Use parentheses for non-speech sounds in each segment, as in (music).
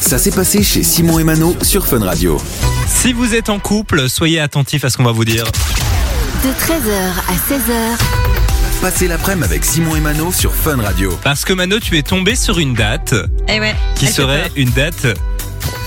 Ça s'est passé chez Simon et Mano sur Fun Radio. Si vous êtes en couple, soyez attentif à ce qu'on va vous dire. De 13h à 16h, Passez l'après-midi avec Simon et Mano sur Fun Radio. Parce que Mano, tu es tombé sur une date Eh ouais, qui elle fait serait peur. une date.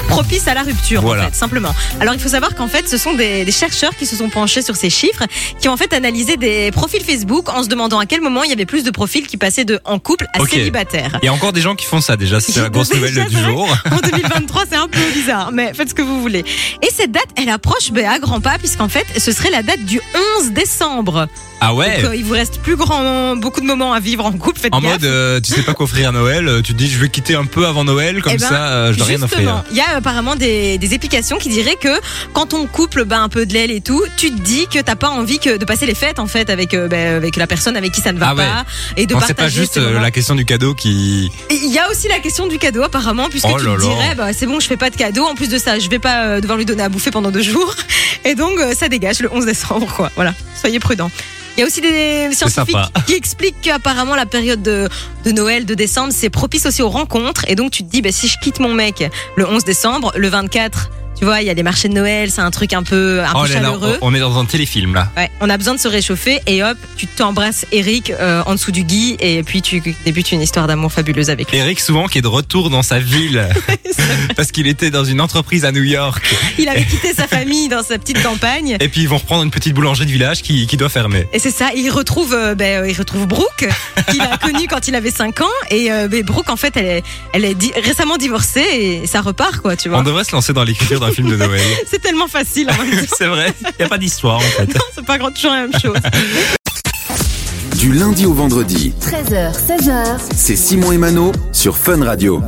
propice à la rupture, Voilà. en fait, simplement. Alors il faut savoir qu'en fait, ce sont des, des chercheurs qui se sont penchés sur ces chiffres, qui ont en fait analysé des profils Facebook en se demandant à quel moment il y avait plus de profils qui passaient de en couple à Ok. célibataire. Il y a encore des gens qui font ça déjà, c'est (laughs) la grosse Déjà, nouvelle du c'est vrai. jour. En 2023, c'est un peu bizarre, mais faites ce que vous voulez. Et cette date, elle approche ben, à grands pas, puisqu'en fait, ce serait la date du 11 décembre. Ah ouais Donc, euh, il vous reste plus grand, beaucoup de moments à vivre en couple, faites En gaffe. mode, euh, tu sais pas quoi offrir à Noël, euh, tu te dis je vais quitter un peu avant Noël, comme Eh ben, ça euh, je dois rien Justement, offrir. il y a apparemment des, des applications qui diraient que quand on couple ben, un peu de l'aile et tout, tu te dis que t'as pas envie que de passer les fêtes en fait avec euh, ben, avec la personne avec qui ça ne va Ah ouais. pas et de Non, c'est partager. pas juste ces euh, moments. la question du cadeau qui. Et Il y a aussi la question du cadeau apparemment puisque Oh tu là te là. dirais bah, c'est bon je fais pas de cadeau en plus de ça je vais pas euh, devoir lui donner à bouffer pendant deux jours et donc euh, ça dégage le 11 décembre quoi voilà soyez prudents. Il y a aussi des scientifiques sympa. qui expliquent qu'apparemment la période de, de Noël, de décembre, c'est propice aussi aux rencontres. Et donc tu te dis, bah, si je quitte mon mec le 11 décembre, le 24, tu vois, il y a les marchés de Noël, c'est un truc un peu, un oh peu là là, chaleureux. on- on est dans un téléfilm là. Ouais, on a besoin de se réchauffer et hop, tu t'embrasses Eric euh, en dessous du gui et puis tu débutes une histoire d'amour fabuleuse avec lui. Eric souvent qui est de retour dans sa ville (laughs) parce qu'il était dans une entreprise à New York Il avait quitté sa famille dans sa petite campagne. et puis ils vont reprendre une petite boulangerie de village qui, qui doit fermer. Et c'est ça, il retrouve, euh, ben, euh, il retrouve Brooke, qu'il a connu quand il avait 5 ans. Et euh, ben, Brooke, en fait, elle est, elle est di- récemment divorcée et ça repart, quoi, tu On vois. devrait se lancer dans l'écriture d'un film de Noël. C'est tellement facile, en même temps, (laughs) C'est vrai, il y a pas d'histoire en fait. c'est pas grand chose la même chose. Du lundi au vendredi, 13h, 16h. c'est Simon et Mano sur Fun Radio.